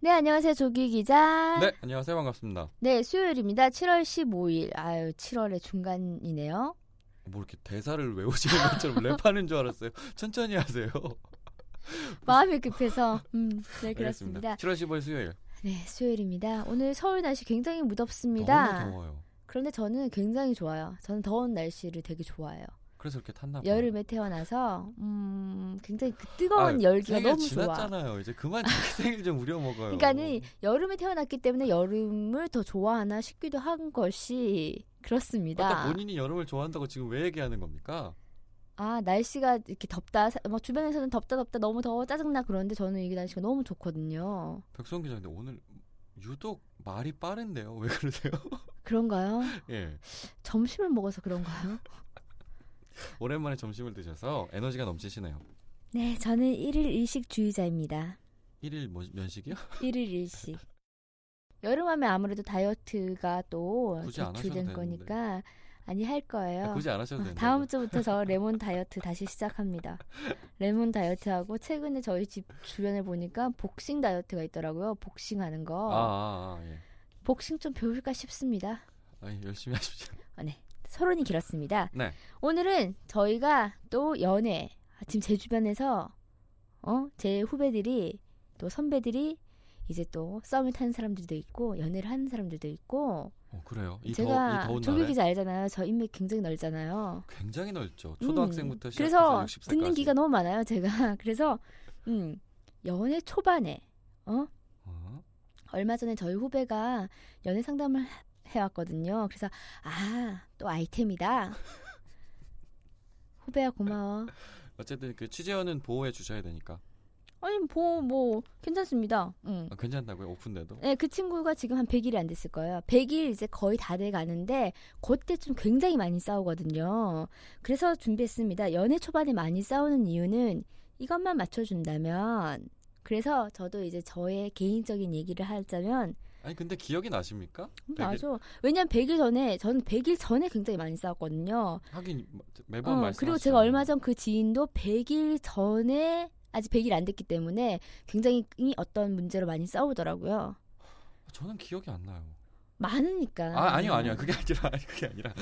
네, 안녕하세요. 조규 기자. 네, 안녕하세요. 반갑습니다. 네, 수요일입니다. 7월 15일. 아유, 7월의 중간이네요. 뭐 이렇게 대사를 외우시는 것처럼 랩하는 줄 알았어요. 천천히 하세요. 마음이 급해서. 음, 네, 그렇습니다. 7월 15일 수요일. 네, 수요일입니다. 오늘 서울 날씨 굉장히 무덥습니다. 너무 더워요. 그런데 저는 굉장히 좋아요. 저는 더운 날씨를 되게 좋아해요. 그래서 이렇게 탔나 봐요. 여름에 태어나서 음, 굉장히 그 뜨거운 열기가 생일 너무 좋아. 아, 지났잖아요. 이제 그만 자기 생일 좀 우려 먹어요. 그러니까는 여름에 태어났기 때문에 여름을 더 좋아하나 싶기도 한 것이 아까 그렇습니다. 본인이 여름을 좋아한다고 지금 왜 얘기하는 겁니까? 아 날씨가 이렇게 덥다. 사- 막 주변에서는 덥다 덥다 너무 더워 짜증나 그런데 저는 이게 날씨가 너무 좋거든요. 백성 기자 근데 오늘 유독 말이 빠른데요. 왜 그러세요? 그런가요? 예. 점심을 먹어서 그런가요? 오랜만에 점심을 드셔서 에너지가 넘치시네요. 네, 저는 일일 일식 주의자입니다. 1일 뭐, 면식이요? 일일 일식. 여름하면 아무래도 다이어트가 또 굳이 안 기출된 하셔도 되는데. 거니까 아니 할 거예요. 굳이 안 하셔도 아, 되는데. 다음 주부터 저 레몬 다이어트 다시 시작합니다. 레몬 다이어트하고 최근에 저희 집 주변에 보니까 복싱 다이어트가 있더라고요. 복싱하는 아, 거. 아, 아, 예. 복싱 좀 배울까 싶습니다. 아니, 열심히 하십시오. 아, 네. 서론이 길었습니다. 네. 오늘은 저희가 또 연애. 아, 지금 제 주변에서 어? 제 후배들이 또 선배들이 이제 또 썸을 타는 사람들도 있고 연애를 하는 사람들도 있고 어, 그래요. 이, 더, 이 제가 더운 조교 날에 기자 알잖아요. 저 인맥 굉장히 넓잖아요. 굉장히 넓죠. 음, 초등학생부터 시작해서 그래서 60세까지. 듣는 기가 너무 많아요 제가 그래서 음 연애 초반에 어 어? 얼마 전에 저희 후배가 연애 상담을 해왔거든요 그래서 아 또 아이템이다 후배야 고마워 어쨌든 그 취재원은 보호해 주셔야 되니까 아니 뭐 뭐 괜찮습니다 음. 아, 괜찮다고요 오픈돼도 네, 그 친구가 지금 한 100일이 안 됐을 거예요. 100일 이제 거의 다 돼 가는데, 그때쯤 굉장히 많이 싸우거든요. 그래서 준비했습니다. 연애 초반에 많이 싸우는 이유는 이것만 맞춰준다면, 그래서 저도 이제 저의 개인적인 얘기를 하자면, 아니 근데 기억이 나십니까? 음, 100일. 맞아. 왜냐면 100일 전에, 저는 100일 전에 굉장히 많이 싸웠거든요. 하긴 어, 매번 말씀 그리고 제가 얼마 전 그 지인도 100일 전에, 아직 100일 안 됐기 때문에 굉장히 이 어떤 문제로 많이 싸우더라고요. 아, 저는 기억이 안 나요 많으니까. 아 아니요 네. 아니요 그게 아니라 아니, 그게 아니라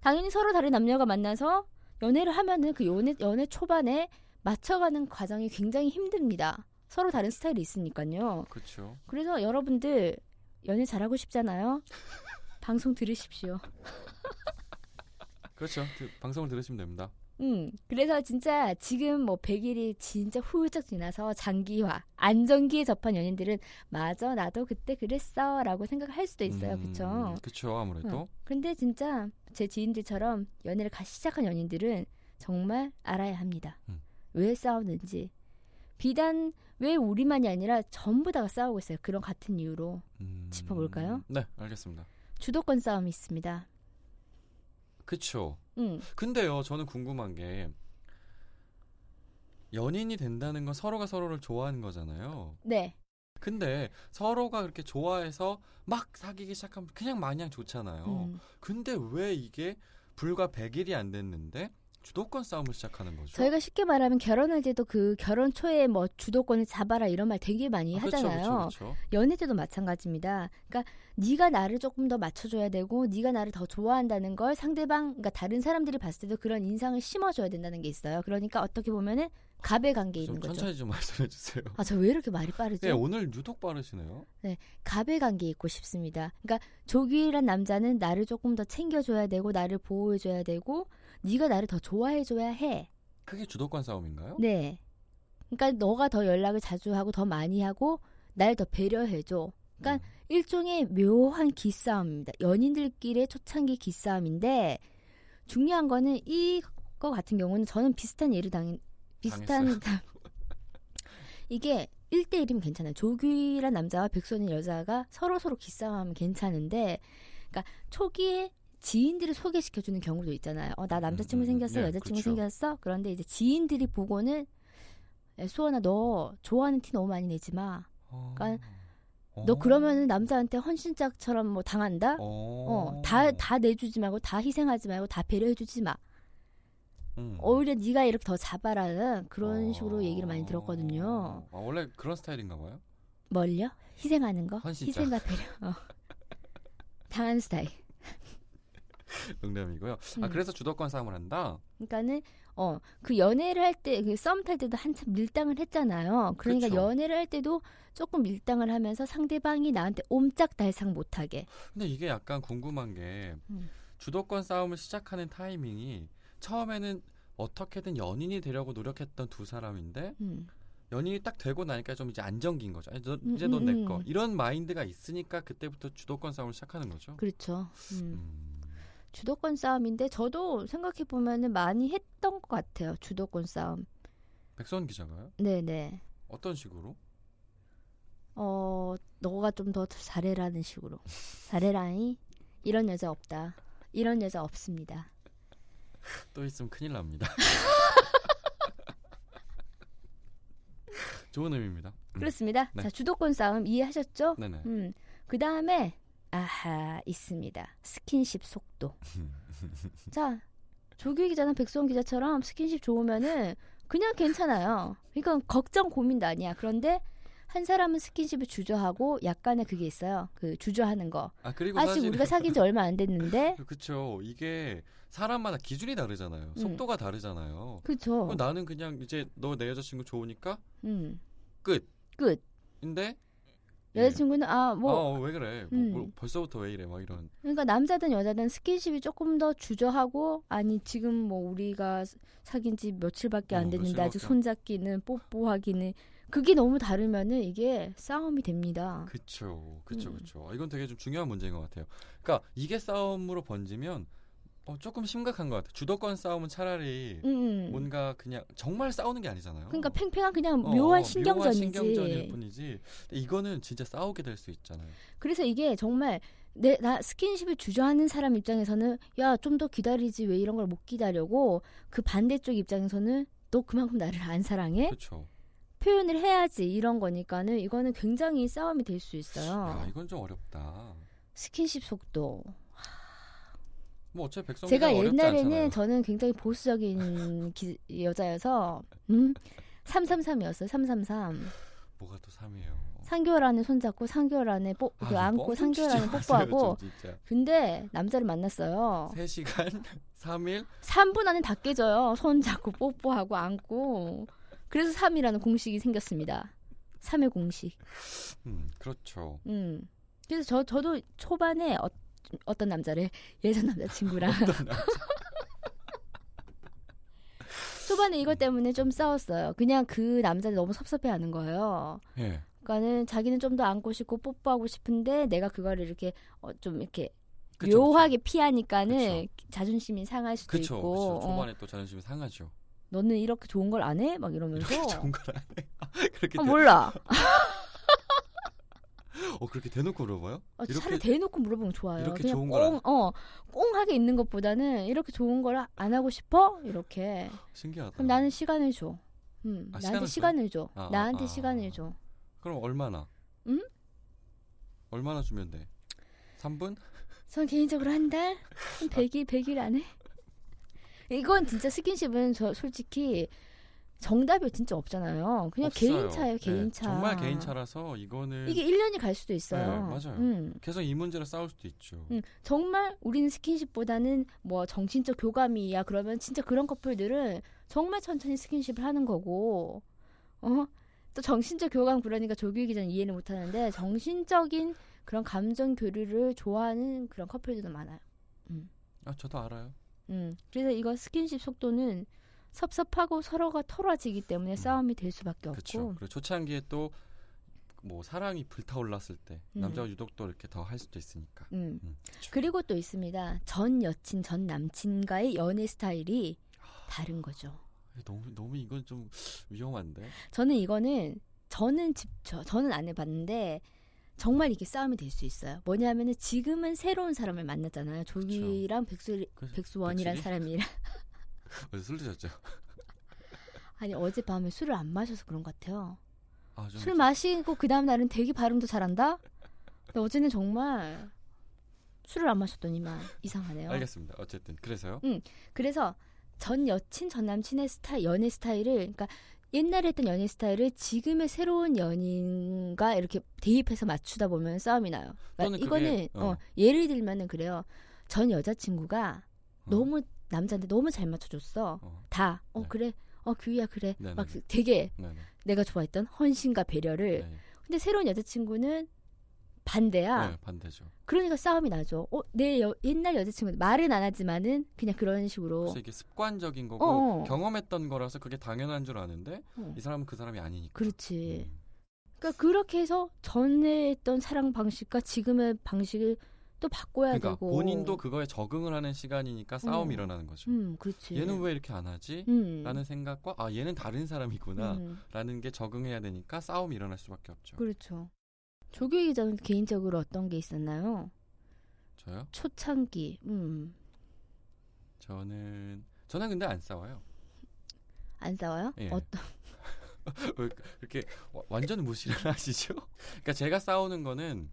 당연히 서로 다른 남녀가 만나서 연애를 하면은 그 연애, 연애 초반에 맞춰가는 과정이 굉장히 힘듭니다. 서로 다른 스타일이 있으니까요. 그렇죠 그래서 여러분들 연애 잘하고 싶잖아요. 방송 들으십시오. 그렇죠 그 방송을 들으시면 됩니다 음, 그래서 진짜 지금 뭐 100일이 진짜 훌쩍 지나서 장기화, 안정기에 접한 연인들은 맞아, 나도 그때 그랬어 라고 생각할 수도 네, 있어요. 음. 그쵸? 어. 그렇죠 아무래도 근데 진짜 제 지인들처럼 연애를 갓 시작한 연인들은 정말 알아야 합니다. 음. 왜 싸우는지. 비단 왜 우리만이 아니라 전부 다가 싸우고 있어요. 그런 같은 이유로. 음, 짚어볼까요? 네 알겠습니다 주도권 싸움이 있습니다. 그렇죠 음. 근데요 저는 궁금한 게 연인이 된다는 건 서로가 서로를 좋아하는 거잖아요 네. 근데 서로가 그렇게 좋아해서 막 사귀기 시작하면 그냥 마냥 좋잖아요 음. 근데 왜 이게 불과 100일이 안 됐는데 주도권 싸움을 시작하는 거죠? 저희가 쉽게 말하면 결혼할 때도 그 결혼 초에 뭐 주도권을 잡아라 이런 말 되게 많이 아, 그쵸, 하잖아요. 그쵸, 그쵸. 연애 때도 마찬가지입니다. 그러니까 네가 나를 조금 더 맞춰줘야 되고 네가 나를 더 좋아한다는 걸 상대방, 그러니까 다른 사람들이 봤을 때도 그런 인상을 심어줘야 된다는 게 있어요. 그러니까 어떻게 보면은 갑의 관계에 좀 있는 거죠. 천천히 좀 말씀해 주세요. 아 저 왜 이렇게 말이 빠르죠? 네, 오늘 유독 빠르시네요. 갑의 관계에 있고 싶습니다. 그러니까 조규이란 남자는 나를 조금 더 챙겨줘야 되고 나를 보호해줘야 되고 네가 나를 더 좋아해줘야 해. 그게 주도권 싸움인가요? 네. 그러니까 너가 더 연락을 자주 하고 더 많이 하고 날 더 배려해줘. 그러니까 음. 일종의 묘한 기싸움입니다. 연인들끼리의 초창기 기싸움인데 중요한 거는 이거 같은 경우는 저는 비슷한 예를 당한 비슷한 이게 1대1이면 괜찮아요. 조규란 남자와 백선인 여자가 서로 서로 기싸움하면 괜찮은데 그러니까 초기에 지인들을 소개시켜주는 경우도 있잖아요. 어, 나 남자친구 음, 음, 생겼어, 네, 여자친구 그쵸. 생겼어. 그런데 이제 지인들이 보고는 야, 수원아 너 좋아하는 티 너무 많이 내지 마. 어. 그러니까 어. 너 그러면은 남자한테 헌신짝처럼 뭐 당한다. 어. 어, 다, 다 내주지 말고, 다 희생하지 말고, 다 배려해주지 마. 음. 오히려 네가 이렇게 더 잡아라는 그런 어. 식으로 얘기를 많이 들었거든요. 아, 원래 그런 스타일인가 봐요. 뭘요? 희생하는 거? 헌신자. 희생과 배려. 어. 당한 스타일. 농담이고요. 아 음. 그래서 주도권 싸움을 한다. 그러니까는 어 그 연애를 할 때 그 썸 탈 때도 한참 밀당을 했잖아요. 그러니까 그쵸. 연애를 할 때도 조금 밀당을 하면서 상대방이 나한테 옴짝달싹 못하게. 근데 이게 약간 궁금한 게 음. 주도권 싸움을 시작하는 타이밍이 처음에는 어떻게든 연인이 되려고 노력했던 두 사람인데 음. 연인이 딱 되고 나니까 좀 이제 안정긴 거죠. 아니, 너, 음, 이제 음, 넌내 거. 음. 이런 마인드가 있으니까 그때부터 주도권 싸움을 시작하는 거죠. 그렇죠. 음. 음. 주도권 싸움인데 저도 생각해 보면은 많이 했던 것 같아요. 주도권 싸움. 백선 기자가요? 네네. 어떤 식으로? 어 너가 좀 더 잘해라는 식으로. 잘해라잉. 이런 여자 없다. 이런 여자 없습니다. 또 있으면 큰일 납니다. 좋은 의미입니다. 음. 그렇습니다. 네. 자 주도권 싸움 이해하셨죠? 네네. 음, 그 다음에 아하 있습니다. 스킨십 속도. 자, 조규 기자나 백수원 기자처럼 스킨십 좋으면은 그냥 괜찮아요. 이건 걱정 고민도 아니야. 그런데 한 사람은 스킨십을 주저하고 약간의 그게 있어요. 그 주저하는 거. 아 그리고 아직 사실 우리가 사귄 지 얼마 안 됐는데, 그렇죠. 이게 사람마다 기준이 다르잖아요. 음. 속도가 다르잖아요. 그렇죠. 그럼 어, 나는 그냥 이제 너 내 여자친구 좋으니까 음, 끝. 끝. 근데 예. 여자친구는 아 뭐 아왜 그래? 뭐, 음. 뭐 벌써부터 왜 이래? 막 이런. 그러니까 남자든 여자든 스킨십이 조금 더 주저하고 아니 지금 뭐 우리가 사귄 지 며칠밖에 안 어, 됐는데 아직 며칠밖에 안- 손잡기는 뽀뽀하기는 그게 너무 다르면은 이게 싸움이 됩니다. 그렇죠. 그렇죠. 음. 그렇죠. 이건 되게 좀 중요한 문제인 것 같아요. 그러니까 이게 싸움으로 번지면 어, 조금 심각한 것 같아요. 주도권 싸움은 차라리 음. 음. 뭔가 그냥 정말 싸우는 게 아니잖아요. 그러니까 팽팽한 그냥 어, 묘한 어, 신경전이지. 신경전일 뿐이지. 근데 이거는 진짜 싸우게 될 수 있잖아요. 그래서 이게 정말 내 나 스킨십을 주저하는 사람 입장에서는 야 좀 더 기다리지 왜 이런 걸 못 기다려고 그 반대쪽 입장에서는 너 그만큼 나를 안 사랑해? 그렇죠. 표현을 해야지 이런 거니까는 이거는 굉장히 싸움이 될 수 있어요. 야, 이건 좀 어렵다. 스킨십 속도. 뭐 어차피 백성 제가 어렵지 옛날에는 않잖아요. 저는 굉장히 보수적인 기- 여자여서 음? 333이었어요. 333. 뭐가 또 3이에요. 3개월 안에 손잡고 3개월 안에 아, 뽀, 그뭐 안고 3개월 안에 뽀뽀하고 진짜. 근데 남자를 만났어요. 3시간 3일 3분 안에 다 깨져요. 손잡고 뽀뽀하고 안고. 그래서 3이라는 공식이 생겼습니다. 3의 공식. 음, 그렇죠. 음. 그래서 저 저도 초반에 어, 어떤 남자를 예전 남자친구랑 초반에 이것 때문에 좀 싸웠어요. 그냥 그 남자를 너무 섭섭해하는 거예요. 예. 그러니까는 자기는 좀 더 안고 싶고 뽀뽀하고 싶은데 내가 그거를 이렇게 어, 좀 이렇게 그쵸, 묘하게 피하니까는 그쵸. 자존심이 상할 수도 그렇죠. 있고 그렇죠. 어, 초반에 또 자존심이 상하죠. 너는 이렇게 좋은 걸 안 해? 막 이러면서 이렇게 좋은 걸 안 해. 그렇게 아, 대, 몰라. 어 그렇게 대놓고 물어봐요? 아, 차라리 이렇게 대놓고 물어보면 좋아요. 이렇게 그냥 좋은 꽁, 걸 어, 꽁하게 있는 것보다는 이렇게 좋은 걸 안 하고 싶어? 이렇게. 신기하다. 그럼 나는 시간을 줘. 음, 아, 나한테 시간을 시간을 줘요? 줘. 아, 아, 나한테 아. 시간을 줘. 그럼 얼마나? 음? 얼마나 주면 돼? 3분? 전 개인적으로 한 달? 한 100일, 100일 안에? 이건 진짜 스킨십은 저 솔직히 정답이 진짜 없잖아요. 그냥 없어요. 개인차예요, 네, 개인차. 정말 개인차라서 이거는 이게 1년이 갈 수도 있어요. 네, 맞아요. 음. 계속 이 문제로 싸울 수도 있죠. 음, 정말 우리는 스킨십보다는 뭐 정신적 교감이야 그러면 진짜 그런 커플들은 정말 천천히 스킨십을 하는 거고 어? 또 정신적 교감 그러니까 조규 기자는 이해를 못하는데 정신적인 그런 감정 교류를 좋아하는 그런 커플들도 많아요. 아 저도 알아요. 음, 그래서 이거 스킨십 속도는 섭섭하고 서로가 털어지기 때문에 싸움이 될 수밖에 없고 음. 그렇죠. 그리고 초창기에 또 뭐 사랑이 불타올랐을 때 음. 남자가 유독 또 이렇게 더 할 수도 있으니까. 음. 음, 그쵸. 그리고 또 있습니다. 전 여친, 전 남친과의 연애 스타일이 다른 거죠. 너무 너무 이건 좀 위험한데. 저는 이거는 저는 집 저, 저는 안 해봤는데 정말 이게 싸움이 될 수 있어요. 뭐냐면은 지금은 새로운 사람을 만났잖아요. 조기랑 백수 그래서 백수원이란 백수기? 사람이랑 어제 술 드셨죠? 아니 어젯밤에 술을 안 마셔서 그런 것 같아요. 아, 좀 술 마시고 그 다음 날은 되게 발음도 잘한다. 근데 어제는 정말 술을 안 마셨더니만 이상하네요. 알겠습니다. 어쨌든 그래서요. 그래서 전 여친 전 남친의 스타일 연애 스타일을 그러니까 옛날에 했던 연애 스타일을 지금의 새로운 연인과 이렇게 대입해서 맞추다 보면 싸움이 나요. 그러니까 또는 그게, 이거는 어. 어, 예를 들면은 그래요. 전 여자친구가 어. 너무 남자한테 너무 잘 맞춰줬어. 어. 다. 어 네. 그래. 어 규희야 그래. 네, 막 네, 네. 되게 네네. 내가 좋아했던 헌신과 네. 배려를. 네. 근데 새로운 여자친구는 반대야. 네, 반대죠. 그러니까 싸움이 나죠. 어, 내 여- 옛날 여자친구 말은 안 하지만은 그냥 그런 식으로 그래서 이게 습관적인 거고 어, 어. 경험했던 거라서 그게 당연한 줄 아는데 어. 이 사람은 그 사람이 아니니까. 그렇지. 음. 그러니까 그렇게 해서 전에 했던 사랑 방식과 지금의 방식을 또 바꿔야 그러니까 되고. 본인도 그거에 적응을 하는 시간이니까 어. 싸움이 일어나는 거죠. 음, 그렇지. 얘는 왜 이렇게 안 하지? 음. 라는 생각과 아 얘는 다른 사람이구나 음, 라는 게 적응해야 되니까 싸움이 일어날 수밖에 없죠. 그렇죠. 조규 기자는 개인적으로 어떤 게 있었나요? 저요? 초창기. 음. 저는 저는 근데 안 싸워요. 안 싸워요? 예. 어떤 왜 이렇게 와- 완전 무시를 하시죠? 그러니까 제가 싸우는 거는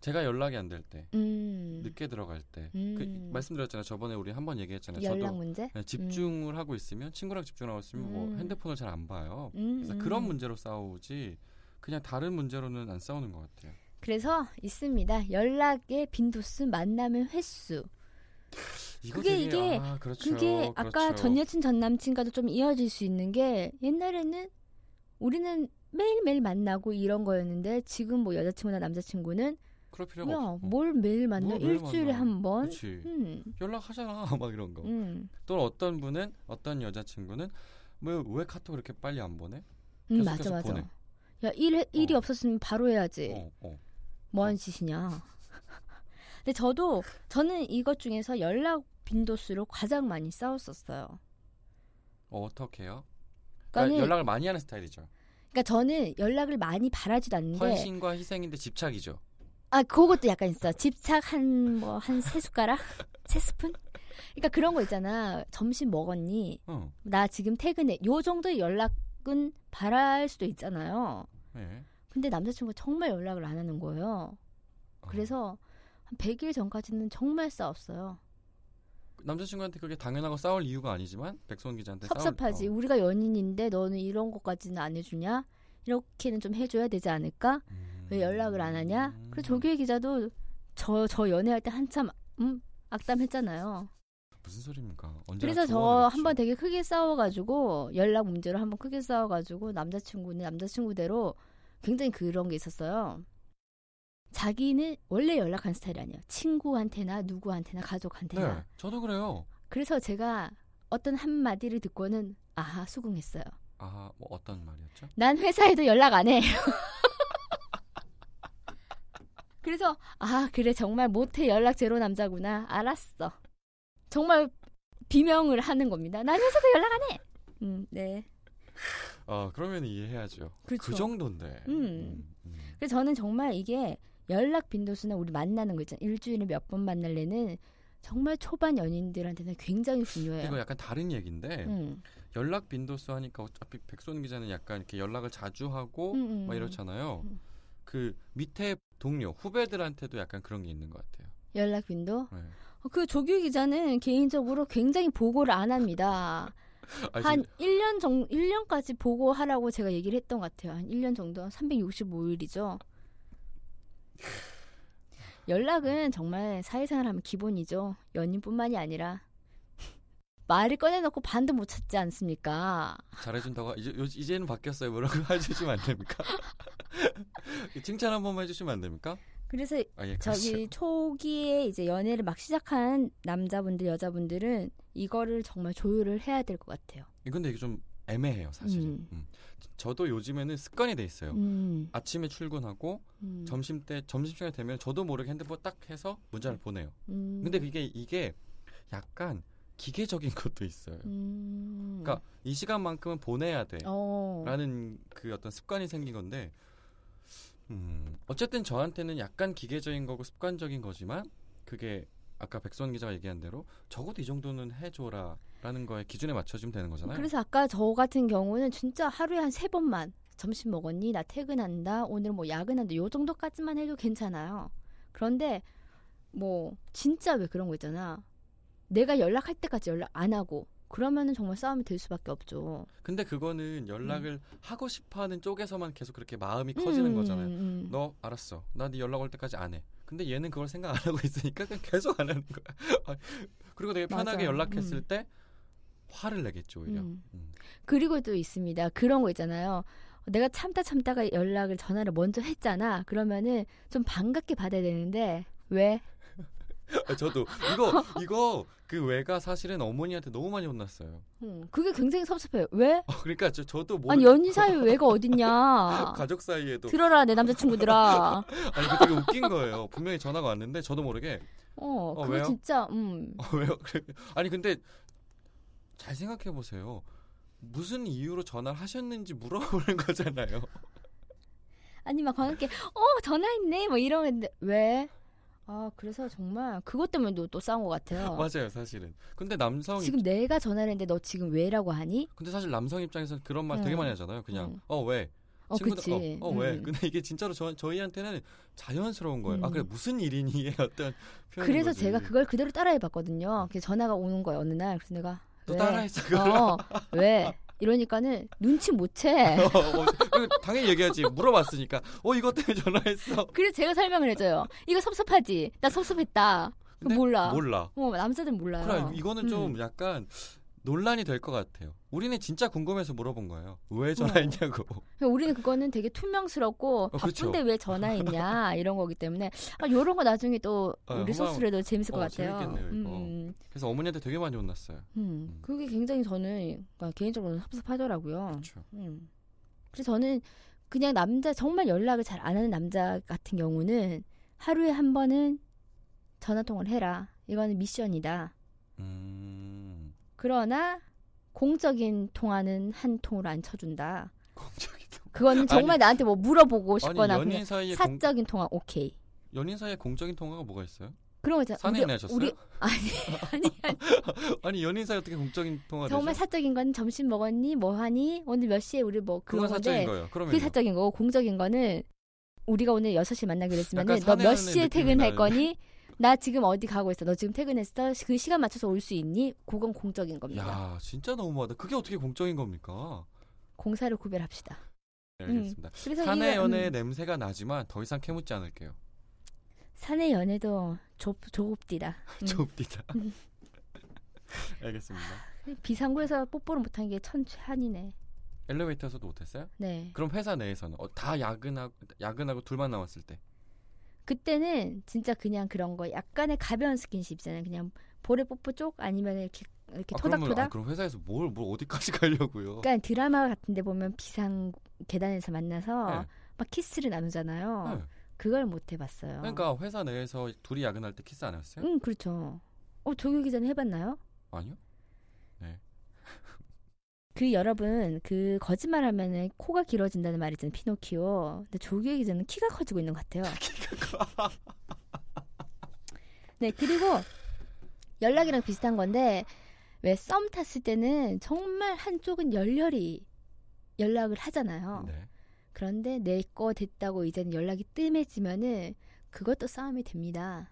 제가 연락이 안 될 때, 음. 늦게 들어갈 때, 음. 그 말씀드렸잖아요. 저번에 우리 한 번 얘기했잖아요. 연락 저도 문제? 그냥 집중을 하고 있으면 친구랑 집중하고 있으면 뭐 음. 핸드폰을 잘 안 봐요. 음, 그래서 음. 그런 문제로 싸우지 그냥 다른 문제로는 안 싸우는 것 같아요. 그래서 있습니다. 연락의 빈도수, 만남의 횟수. 이거 그게 되게, 이게- 아, 그렇죠, 그게 아까 그렇죠. 전 여친 전 남친과도 좀 이어질 수 있는 게 옛날에는 우리는 매일매일 만나고 이런 거였는데 지금 뭐 여자친구나 남자친구는 그럴 필요가 없어. 야뭘 매일 만나 뭘 매일 일주일에 만나. 한 번. 그렇지. 음. 연락하잖아 막 이런 거. 음. 또 어떤 분은 어떤 여자친구는 뭐 왜 카톡 이렇게 빨리 안 보내? 음, 계속 맞아 계속 맞아. 보내. 야, 일 일이 어. 없었으면 바로 해야지. 어, 어. 뭐 하는 짓이냐. 근데 저도 저는 이것 중에서 연락 빈도수로 가장 많이 싸웠었어요. 어, 어떻게요? 그러니까 그러니까는- 연락을 많이 하는 스타일이죠. 그러니까 저는 연락을 많이 바라지도 않는데 헌신과 희생인데 집착이죠. 아 그것도 약간 있어 집착 한 뭐 한 세 숟가락 세 스푼 그러니까 그런 거 있잖아 점심 먹었니 어, 나 지금 퇴근해 요 정도의 연락은 바랄 수도 있잖아요 예. 근데 남자친구가 정말 연락을 안 하는 거예요 어. 그래서 한 100일 전까지는 정말 싸웠어요 남자친구한테 그게 당연하고 싸울 이유가 아니지만 백선 기자한테 섭섭하지 네, 싸울, 어. 우리가 연인인데 너는 이런 것까지는 안 해주냐 이렇게는 좀 해줘야 되지 않을까 어. 음. 왜 연락을 안 하냐? 그래서 조규희 기자도 저 저 연애할 때 한참 음, 악담했잖아요. 무슨 소리입니까? 언제나 그래서 저 조언을 한 번 네, 했죠. 되게 크게 싸워가지고 연락 문제로 한 번 크게 싸워가지고 남자친구는 남자친구대로 굉장히 그런 게 있었어요. 자기는 원래 연락한 스타일이 아니에요. 친구한테나 누구한테나 가족한테나. 네, 저도 그래요. 그래서 제가 어떤 한 마디를 듣고는 아하 수긍했어요. 아, 뭐 어떤 말이었죠? 난 회사에도 연락 안 해. 그래서 아 그래 정말 못해 연락 제로 남자구나 알았어. 정말 비명을 하는 겁니다. 난 회사도 연락 안 해. 음, 네. 아, 그러면 이해해야죠. 그렇죠. 그 정도인데. 음. 음. 그래서 저는 정말 이게 연락 빈도수나 우리 만나는 거 있잖아. 일주일에 몇 번 만날래는 정말 초반 연인들한테는 굉장히 중요해요. 이거 약간 다른 얘기인데 음. 연락 빈도수 하니까 어차피 백선 기자는 약간 이렇게 연락을 자주 하고 음, 음. 막뭐 이렇잖아요. 음. 그 밑에 동료 후배들한테도 약간 그런 게 있는 것 같아요. 연락 빈도. 네. 어, 그 조규 기자는 개인적으로 굉장히 보고를 안 합니다. 아니, 한 1년 정 1년까지 보고하라고 제가 얘기를 했던 것 같아요. 한 1년 정도 365일이죠. 연락은 정말 사회생활 하면 기본이죠. 연인뿐만이 아니라 말을 꺼내놓고 반도 못 찾지 않습니까? 잘해준다고 하- 이제 요- 이제는 바뀌었어요. 뭐라고 해주시면 안 됩니까? 칭찬 한 번만 해주시면 안 됩니까? 그래서 아 예, 저기 초기에 이제 연애를 막 시작한 남자분들 여자분들은 이거를 정말 조율을 해야 될 것 같아요. 예, 이건데 이게 좀 애매해요, 사실은. 음. 음. 저도 요즘에는 습관이 돼 있어요. 음, 아침에 출근하고 음, 네. 점심 때 점심 시간이 되면 저도 모르게 핸드폰 딱 해서 문자를 보내요. 음, 근데 그게 이게 약간 기계적인 것도 있어요. 음. 그러니까 이 시간만큼은 보내야 돼. 어. 라는 그 어떤 습관이 생긴 건데 음, 어쨌든 저한테는 약간 기계적인 거고 습관적인 거지만 그게 아까 백선 기자가 얘기한 대로 적어도 이 정도는 해줘라라는 거에 기준에 맞춰주면 되는 거잖아요. 그래서 아까 저 같은 경우는 진짜 하루에 한 세 번만 점심 먹었니? 나 퇴근한다. 오늘 뭐 야근한다. 요 정도까지만 해도 괜찮아요. 그런데 뭐 진짜 왜 그런 거 있잖아. 내가 연락할 때까지 연락 안 하고 그러면은 정말 싸움이 될 수밖에 없죠. 근데 그거는 연락을 음. 하고 싶어하는 쪽에서만 계속 그렇게 마음이 커지는 거잖아요. 음. 너 알았어. 나 네 연락 올 때까지 안 해. 근데 얘는 그걸 생각 안 하고 있으니까 그냥 계속 안 하는 거야. 아, 그리고 되게 편하게 맞아요. 연락했을 음. 때 화를 내겠죠 오히려. 음. 음. 그리고 또 있습니다. 그런 거 있잖아요. 내가 참다 참다가 연락을 전화를 먼저 했잖아. 그러면은 좀 반갑게 받아야 되는데 왜? 아, 저도 이거 이거 그 외가 사실은 어머니한테 너무 많이 혼났어요. 음, 그게 굉장히 섭섭해요. 왜? 어, 그러니까 저, 저도 모르 아니 그- 연인 사이 왜가 어딨냐? 가족 사이에도 들어라 내 남자친구들아. 아니 그 되게 웃긴 거예요. 분명히 전화가 왔는데 저도 모르게 어, 그거 왜요? 진짜 음. 어, 왜요? 그래. 아니 근데 잘 생각해 보세요. 무슨 이유로 전화를 하셨는지 물어보는 거잖아요. 아니 막 관계 어 전화했네 뭐 이러는데 왜? 아 그래서 정말 그것 때문에 또, 또 싸운 것 같아요. 맞아요, 사실은. 근데 남성 입 지금 내가 전화를 했는데 너 지금 왜라고 하니? 근데 사실 남성 입장에서는 그런 말 되게 음. 많이 하잖아요. 그냥 음. 어 왜? 어 친구들, 그치. 어, 어, 왜? 음. 근데 이게 진짜로 저, 저희한테는 자연스러운 거예요. 아 음. 그래 무슨 일이니의 어떤 표현. 그래서 제가 그걸 그대로 따라해봤거든요. 그래서 전화가 오는 거예요 어느 날. 그래서 내가 음. 또 왜? 따라했어 그걸. 어, 왜? 이러니까는 눈치 못 채. 어, 어, 그리고 당연히 얘기하지. 물어봤으니까. 어 이것 때문에 전화했어. 그래서 제가 설명을 해줘요. 이거 섭섭하지? 나 섭섭했다. 근데 몰라. 몰라. 어, 남자들은 몰라요. 그래 이거는 음. 좀 약간 논란이 될 것 같아요. 우리는 진짜 궁금해서 물어본 거예요. 왜 전화했냐고. 그러니까 우리는 그거는 되게 투명스럽고 어, 그쵸. 바쁜데 왜 전화했냐 이런 거기 때문에 아, 이런 거 나중에 또 어, 우리 한번 소스로도 재밌을 것 어, 같아요. 재밌겠네요, 이거. 음, 그래서 어머니한테 되게 많이 혼났어요. 음, 그게 굉장히 저는 그러니까 개인적으로는 섭섭하더라고요. 그렇죠. 음. 그래서 저는 그냥 남자 정말 연락을 잘 안 하는 남자 같은 경우는 하루에 한 번은 전화 통화를 해라. 이거는 미션이다. 음. 그러나 공적인 통화는 한 통으로 안 쳐준다. 공적인 통화. 그거는 정말 나한테 뭐 물어보고 아니 싶거나 그냥 연인 사이에 공, 사적인 통화 오케이. 연인 사이에 공적인 통화가 뭐가 있어요? 그런 거 있잖아. 사내 내셨어요? 우리 아니 아니 아니 연인 사이 어떻게 공적인 통화 정말 되죠? 사적인 건 점심 먹었니? 뭐 하니? 오늘 몇 시에 우리 뭐 그런 그건 사적인 건데 거예요. 그러면 그게 사적인 거고 공적인 거는 우리가 오늘 6시 만나기로 했으면은 약간 너 몇 사내하는 시에 느낌이 퇴근할 나는데. 거니? 나 지금 어디 가고 있어? 너 지금 퇴근했어? 그 시간 맞춰서 올 수 있니? 그건 공적인 겁니다. 야 진짜 너무하다. 그게 어떻게 공적인 겁니까? 공사를 구별합시다. 네, 알겠습니다. 음. 그래서 사내 이게, 음, 연애의 냄새가 나지만 더 이상 캐묻지 않을게요. 사내 연애도 좁 조급디다. 음. 좁디다. 알겠습니다. 비상구에서 뽀뽀를 못한 게 천한이네. 엘리베이터에서도 못했어요? 네. 그럼 회사 내에서는 어, 다 야근하고 야근하고 둘만 남았을 때 그때는 진짜 그냥 그런 거 약간의 가벼운 스킨십 있잖아요. 그냥 볼에 뽀뽀 쪽 아니면 이렇게 이렇게 아, 그러면, 아, 토닥토닥. 그럼 회사에서 뭘 뭘 어디까지 가려고요? 그러니까 드라마 같은 데 보면 비상 계단에서 만나서 네. 막 키스를 나누잖아요. 네. 그걸 못 해봤어요. 그러니까 회사 내에서 둘이 야근할 때 키스 안 했어요? 응, 그렇죠. 어, 조교 기자는 해봤나요? 아니요. 그 여러분, 그 거짓말하면은 코가 길어진다는 말이 있잖아요. 피노키오. 근데 조교 기자는 키가 커지고 있는 것 같아요. 네, 그리고 연락이랑 비슷한 건데 왜 썸 탔을 때는 정말 한쪽은 열렬히 연락을 하잖아요. 네. 그런데 내 거 됐다고 이제는 연락이 뜸해지면은 그것도 싸움이 됩니다.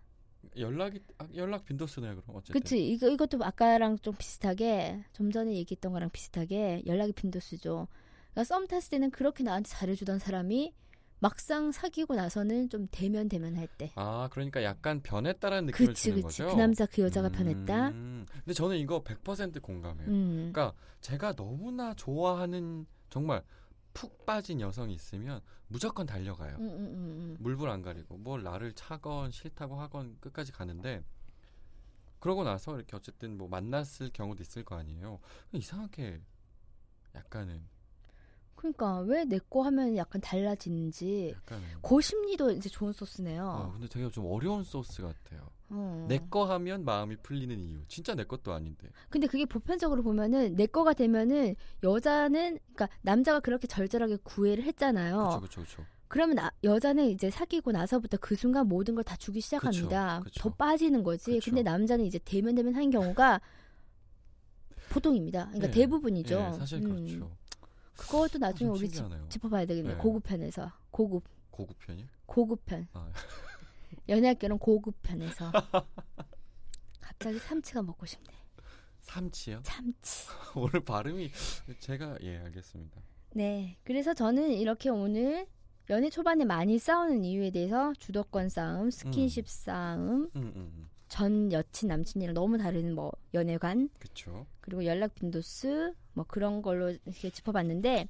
연락이 아, 연락 빈도수네요. 그럼 어쨌든. 그치 이거 이것도 아까랑 좀 비슷하게 좀 전에 얘기했던 거랑 비슷하게 연락이 빈도수죠. 그러니까 썸 탔을 때는 그렇게 나한테 잘해주던 사람이 막상 사귀고 나서는 좀 대면 대면 할 때. 아 그러니까 약간 변했다라는 느낌을 그치 주는 그치 네, 거죠. 그 남자 그 여자가 음. 변했다. 근데 저는 이거 100% 공감해요. 음. 그러니까 제가 너무나 좋아하는 정말 푹 빠진 여성이 있으면 무조건 달려가요. 음, 음, 음, 음. 물불 안 가리고 뭐 나를 차건 싫다고 하건 끝까지 가는데 그러고 나서 이렇게 어쨌든 뭐 만났을 경우도 있을 거 아니에요. 이상하게 약간은 그러니까 왜 내 거 하면 약간 달라지는지 그 약간은 고심리도 어. 이제 좋은 아, 네. 소스네요. 근데 되게 좀 어려운 소스 같아요. 어. 내 거 하면 마음이 풀리는 이유. 진짜 내 것도 아닌데. 근데 그게 보편적으로 보면은 내 거가 되면은 여자는 그러니까 남자가 그렇게 절절하게 구애를 했잖아요. 그렇죠, 그렇죠, 그렇죠. 그러면 아- 여자는 이제 사귀고 나서부터 그 순간 모든 걸 다 주기 시작합니다. 그쵸, 더 그쵸. 빠지는 거지. 그쵸. 근데 남자는 이제 대면 대면 하는 경우가 보통입니다. 그러니까 예, 대부분이죠. 예, 사실 음, 그렇죠. 그것도 나중에 좀 우리 짚, 신기하네요. 짚어봐야 되겠네. 요 네. 고급편에서 고급 고급편이? 고급편 아. 연애학교는 고급편에서 갑자기 삼치가 먹고 싶네. 삼치요? 참치. 오늘 발음이 제가 예 알겠습니다. 네. 그래서 저는 이렇게 오늘 연애 초반에 많이 싸우는 이유에 대해서 주도권 싸움, 스킨십 싸움, 음, 음, 음. 전 여친 남친이랑 너무 다른 뭐 연애관 그쵸. 그리고 연락 빈도수 뭐 그런 걸로 이렇게 짚어봤는데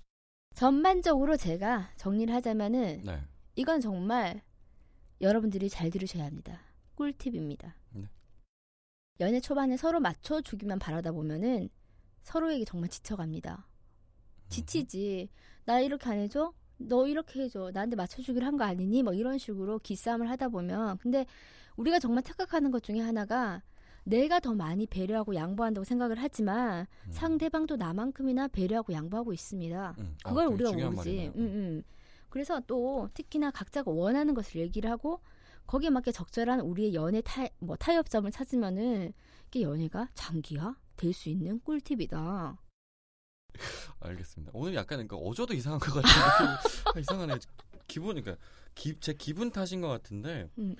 전반적으로 제가 정리를 하자면은 네. 이건 정말 여러분들이 잘 들으셔야 합니다. 꿀팁입니다. 네. 연애 초반에 서로 맞춰주기만 바라다 보면은 서로에게 정말 지쳐갑니다. 음. 지치지. 나 이렇게 안 해줘? 너 이렇게 해줘. 나한테 맞춰주기로 한 거 아니니? 뭐 이런 식으로 기싸움을 하다 보면. 근데 우리가 정말 착각하는 것 중에 하나가 내가 더 많이 배려하고 양보한다고 생각을 하지만 음. 상대방도 나만큼이나 배려하고 양보하고 있습니다. 음. 아, 그걸 되게 우리가 중요한 모르지. 말이네요. 음, 음. 그래서 또 특히나 각자가 원하는 것을 얘기를 하고 거기에 맞게 적절한 우리의 연애 타, 뭐 타협점을 찾으면은 이게 연애가 장기화 될 수 있는 꿀팁이다. 알겠습니다. 오늘 약간 그러니까 어제도 이상한 것 같은데 아, 이상하네. 기분 그러니까 기, 제 기분 탓인 것 같은데 음.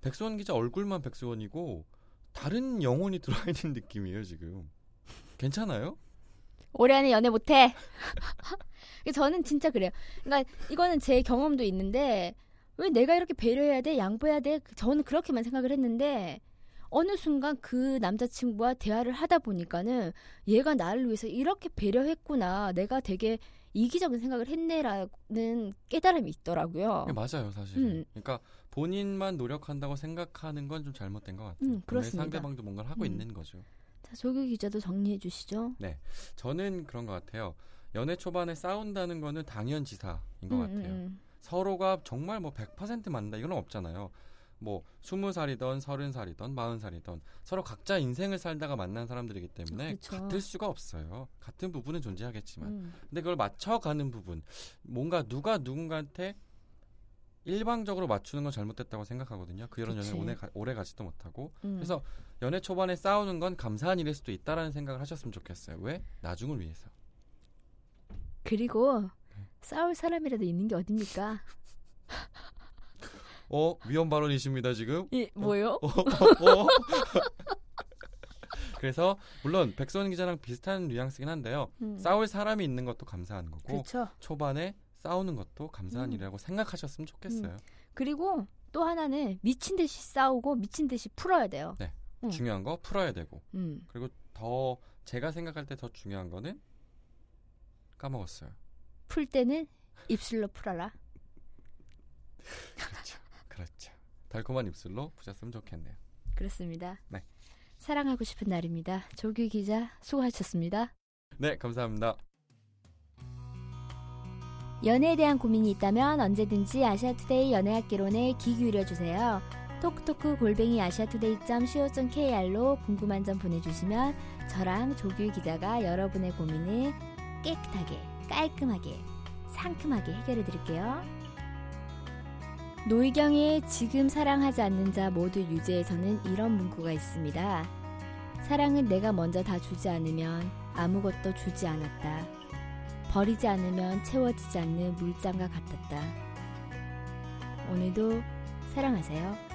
백수원 기자 얼굴만 백수원이고 다른 영혼이 들어와 있는 느낌이에요 지금. 괜찮아요? 올해 안에 연애 못해. 저는 진짜 그래요. 그러니까 이거는 제 경험도 있는데 왜 내가 이렇게 배려해야 돼, 양보해야 돼? 저는 그렇게만 생각을 했는데 어느 순간 그 남자친구와 대화를 하다 보니까는 얘가 나를 위해서 이렇게 배려했구나. 내가 되게 이기적인 생각을 했네라는 깨달음이 있더라고요. 예, 맞아요 사실. 음. 은 그러니까 본인만 노력한다고 생각하는 건 좀 잘못된 것 같아요. 음, 그렇습니다. 상대방도 뭔가를 하고 음. 있는 거죠. 자, 조규 기자도 정리해 주시죠. 저는 그런 것 같아요. 연애 초반에 싸운다는 거는 당연지사인 것 음, 음, 같아요. 음. 서로가 정말 뭐 100% 맞는다 이건 없잖아요. 뭐 20살이던 30살이던 40살이던 서로 각자 인생을 살다가 만난 사람들이기 때문에 그렇죠. 같을 수가 없어요. 같은 부분은 존재하겠지만. 음. 근데 그걸 맞춰가는 부분. 뭔가 누가 누군가한테 일방적으로 맞추는 건 잘못됐다고 생각하거든요. 그런 그치. 연애 오래, 가, 오래 가지도 못하고 음. 그래서 연애 초반에 싸우는 건 감사한 일일 수도 있다라는 생각을 하셨으면 좋겠어요. 왜? 나중을 위해서. 그리고 싸울 사람이라도 있는 게 어딥니까? 어 위험 발언이십니다 지금. 이 뭐요? 어, 어, 어. 그래서 물론 백선 기자랑 비슷한 뉘앙스긴 한데요. 음. 싸울 사람이 있는 것도 감사한 거고 그렇죠. 초반에 싸우는 것도 감사한 음. 일이라고 생각하셨으면 좋겠어요. 그리고 또 하나는 미친 듯이 싸우고 미친 듯이 풀어야 돼요. 음. 중요한 거 풀어야 되고 음. 그리고 더 제가 생각할 때 더 중요한 거는 까먹었어요. 풀 때는 입술로 풀어라. 그렇죠. 달콤한 입술로 부셨으면 좋겠네요. 그렇습니다. 네. 사랑하고 싶은 날입니다. 조규 기자 수고하셨습니다. 네 감사합니다. 연애에 대한 고민이 있다면 언제든지 아시아투데이 연애학개론에 귀 기울여주세요. 톡톡크 골뱅이 아시아투데이.co.kr로 궁금한 점 보내주시면 저랑 조규 기자가 여러분의 고민을 깨끗하게, 깔끔하게, 상큼하게 해결해드릴게요. 노희경의 지금 사랑하지 않는 자 모두 유죄에서는 이런 문구가 있습니다. 사랑은 내가 먼저 다 주지 않으면 아무것도 주지 않았다. 버리지 않으면 채워지지 않는 물장과 같았다. 오늘도 사랑하세요.